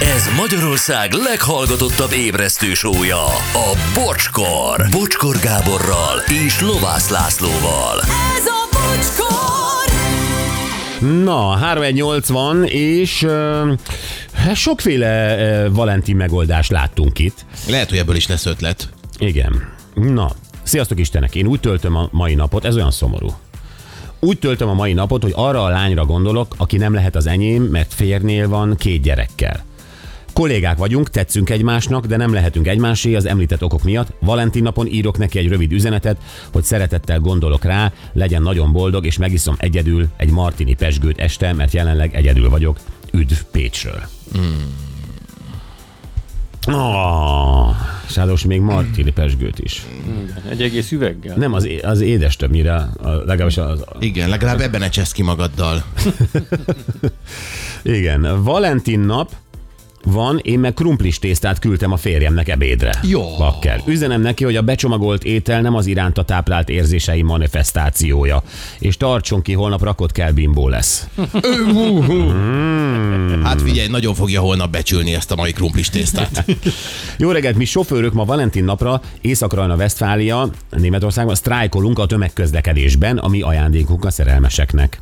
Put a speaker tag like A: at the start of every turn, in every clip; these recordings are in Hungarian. A: Ez Magyarország leghallgatottabb ébresztő sója, a Bocskor. Bocskor Gáborral és Lovász Lászlóval.
B: Ez a bocskor!
C: Na, 3180, és ö, hát sokféle ö, Valentin megoldást láttunk itt.
D: Lehet, hogy ebből is lesz ötlet.
C: Igen. Na, sziasztok Istenek, én úgy töltöm a mai napot, ez olyan szomorú. Úgy töltöm a mai napot, hogy arra a lányra gondolok, aki nem lehet az enyém, mert férnél van két gyerekkel. Kollégák vagyunk, tetszünk egymásnak, de nem lehetünk egymásé az említett okok miatt. Valentin napon írok neki egy rövid üzenetet, hogy szeretettel gondolok rá, legyen nagyon boldog, és megiszom egyedül egy martini pesgőt este, mert jelenleg egyedül vagyok. Üdv Pécsről. Mm. Oh, Sádos még martini pesgőt is.
E: Egy egész üveggel?
C: Nem, az, é- az édes többnyire, a, legalábbis az... a-
D: Igen, legalább ebben ne csesz ki magaddal.
C: Igen, Valentin nap van, én meg krumplis tésztát küldtem a férjemnek ebédre.
D: Jó.
C: Bakker. Üzenem neki, hogy a becsomagolt étel nem az iránta táplált érzései manifestációja. És tartson ki, holnap rakott kell bimbó lesz. Hmm.
D: Hát figyelj, nagyon fogja holnap becsülni ezt a mai krumplis tésztát.
C: Jó reggelt, mi sofőrök ma Valentin napra Észak-Rajna, Vesztfália, Németországban sztrájkolunk a tömegközlekedésben, ami ajándékunk a szerelmeseknek.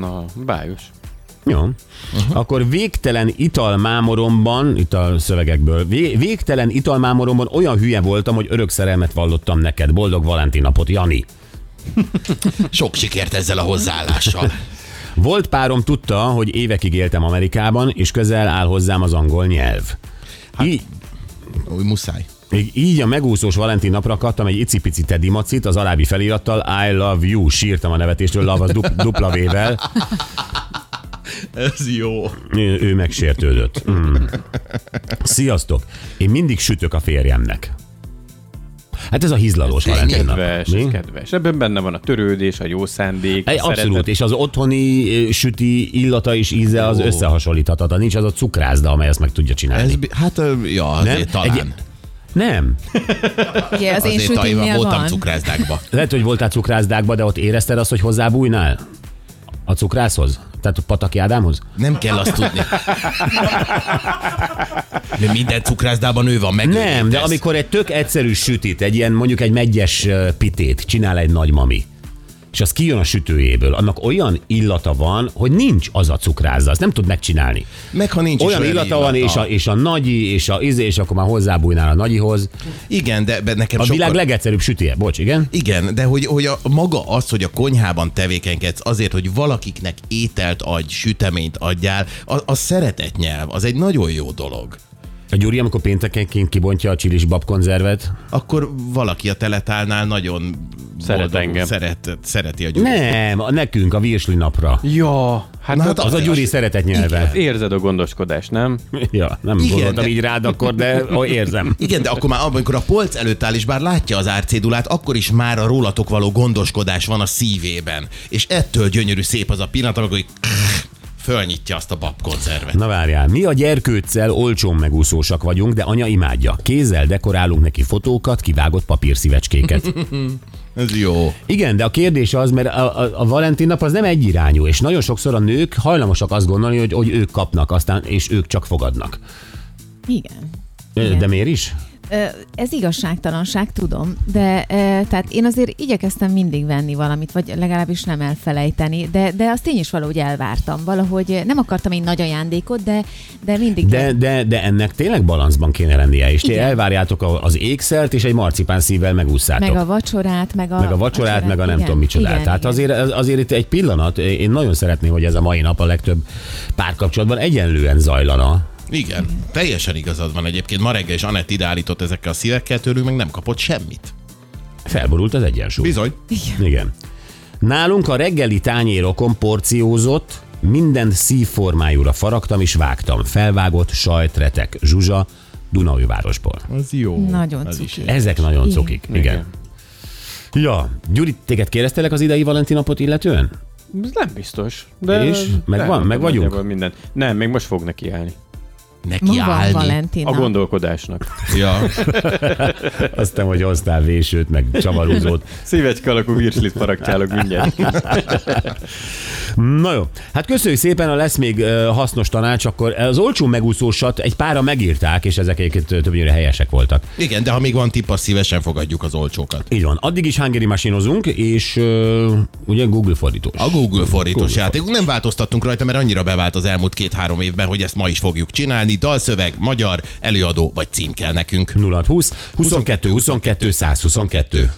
E: Na, bájos.
C: Jó. Uh-huh. Akkor végtelen italmámoromban, itt a szövegekből, vé- végtelen italmámoromban olyan hülye voltam, hogy örök szerelmet vallottam neked. Boldog Valentin napot, Jani.
D: Sok sikert ezzel a hozzáállással.
C: Volt párom tudta, hogy évekig éltem Amerikában, és közel áll hozzám az angol nyelv. Hát, így,
D: Úgy muszáj.
C: Még így a megúszós Valentin napra kaptam egy icipici Teddy macit az alábbi felirattal I love you, sírtam a nevetéstől, love az du- dupla vével.
D: Ez jó.
C: Ő, ő megsértődött. Mm. Sziasztok! Én mindig sütök a férjemnek. Hát ez a hízlalós
D: Ez
C: Valentin nap.
E: Kedves,
C: Mi?
E: ez kedves. Ebben benne van a törődés, a jó szándék, a
C: Egy, abszolút,
E: szeretet.
C: és az otthoni ö, süti illata és íze az
D: Ó.
C: összehasonlíthatatlan. Nincs az a cukrászda, amely ezt meg tudja csinálni.
D: Ez, bi- hát, ö, ja, azért
C: Nem?
D: nem? talán.
C: Egy- Nem.
B: Igen, az én
D: azért
B: sütimnél
D: voltam
B: van.
D: cukrászdákban.
C: Lehet, hogy voltál cukrászdákban, de ott érezted azt, hogy hozzábújnál? A cukrászhoz? Tehát a Pataki Ádámhoz?
D: Nem kell azt tudni. De minden cukrászdában ő van, meg
C: Nem, de amikor egy tök egyszerű sütit, egy ilyen mondjuk egy megyes ö, pitét csinál egy nagymami, és az kijön a sütőjéből, annak olyan illata van, hogy nincs az a cukrázza, azt nem tud megcsinálni.
D: Meg ha nincs is
C: Olyan illata van, és a, és a nagyi, és a izé, és akkor már hozzábújnál a nagyihoz.
D: Igen, de be- nekem
C: A
D: sokkal...
C: világ legegyszerűbb sütije, bocs, igen?
D: Igen, de hogy, hogy a, maga az, hogy a konyhában tevékenykedsz azért, hogy valakiknek ételt adj, süteményt adjál, az, az szeretett nyelv, az egy nagyon jó dolog.
C: A Gyuri, amikor péntekenként kibontja a csilis babkonzervet,
D: Akkor valaki a teletálnál nagyon
E: Szeret engem.
D: Szeret, szereti a gyújt.
C: nem, a nekünk a virsli napra.
E: Ja, hát,
D: Na,
E: Na,
D: hát
E: hát
C: Az a Gyuri szeretett nyelve.
E: érzed a gondoskodást, nem?
C: Ja, nem
D: Igen,
C: gondoltam
D: de-
C: így rád akkor, de ó, érzem.
D: Igen, de akkor már, amikor a polc előtt áll, és bár látja az árcédulát, akkor is már a rólatok való gondoskodás van a szívében. És ettől gyönyörű szép az a pillanat, amikor így fölnyitja azt a babkonzervet.
C: Na várjál, mi a gyerkőccel olcsón megúszósak vagyunk, de anya imádja. Kézzel dekorálunk neki fotókat, kivágott papírszívecskéket.
D: Ez jó.
C: Igen, de a kérdés az, mert a, a, a Valentin nap az nem egyirányú, és nagyon sokszor a nők hajlamosak azt gondolni, hogy, hogy ők kapnak, aztán és ők csak fogadnak.
B: Igen.
C: Ö, De miért is?
B: Ö, Ez igazságtalanság, tudom, de ö, tehát én azért igyekeztem mindig venni valamit, vagy legalábbis nem elfelejteni, de, de azt én is valahogy elvártam. Valahogy ö, nem akartam én nagy ajándékot, de, de mindig...
C: De, de, de ennek tényleg balanszban kéne lennie, és ti
B: Igen.
C: elvárjátok a- az ékszert, és egy marcipán szívvel megúszátok.
B: meg a vacsorát, meg a...
C: hát meg a vacsorát, meg a nem
B: igen,
C: tudom micsodát.
B: igen,
C: Tehát
B: igen.
C: azért, az- azért itt egy pillanat, én nagyon szeretném, hogy ez a mai nap a legtöbb párkapcsolatban egyenlően zajlana.
D: Igen, teljesen igazad van egyébként. Ma reggel is Anett ideállított ezekkel a szívekkel, tőlünk meg nem kapott semmit.
C: Felborult az egyensúly.
D: Bizony.
C: Igen. Nálunk a reggeli tányérokon porciózott, minden szívformájúra faragtam és vágtam. Felvágott sajt, retek, zsuzsa, Dunaújvárosból.
D: Az jó.
B: Nagyon
D: Az is
B: cuki.
C: Ezek nagyon
B: Igen.
C: cukik. Igen. Igen. Ja, Gyuri, téged kérdeztelek az idei Valentin napot illetően?
E: Ez nem biztos. De
C: És? Meg
E: nem,
C: van? Meg vagyunk?
E: nagyjából Minden. Nem, még most fog neki állni.
B: Ma
D: Neki
B: van
D: állni.
B: Valentin
E: A
B: nap.
E: gondolkodásnak.
D: Ja.
C: Aztán, hogy hoztál vésőt, meg csavarúzót.
E: Szívecske alakú virslit faragtálok mindjárt.
C: Na jó, hát köszönjük szépen, ha lesz még ö, hasznos tanács, akkor az olcsó megúszósat egy pára megírták, és ezek egyébként ö, többnyire helyesek voltak.
D: Igen, de ha még van tipp, azt szívesen fogadjuk az olcsókat.
C: Így van, addig is hangeri masinozunk, és ö, ugye Google fordítós.
D: A Google fordítós Google játékunk. Nem változtattunk rajta, mert annyira bevált az elmúlt két-három évben, hogy ezt ma is fogjuk csinálni. Dalszöveg, magyar, előadó vagy cím kell nekünk.
C: 0620 22 22 122.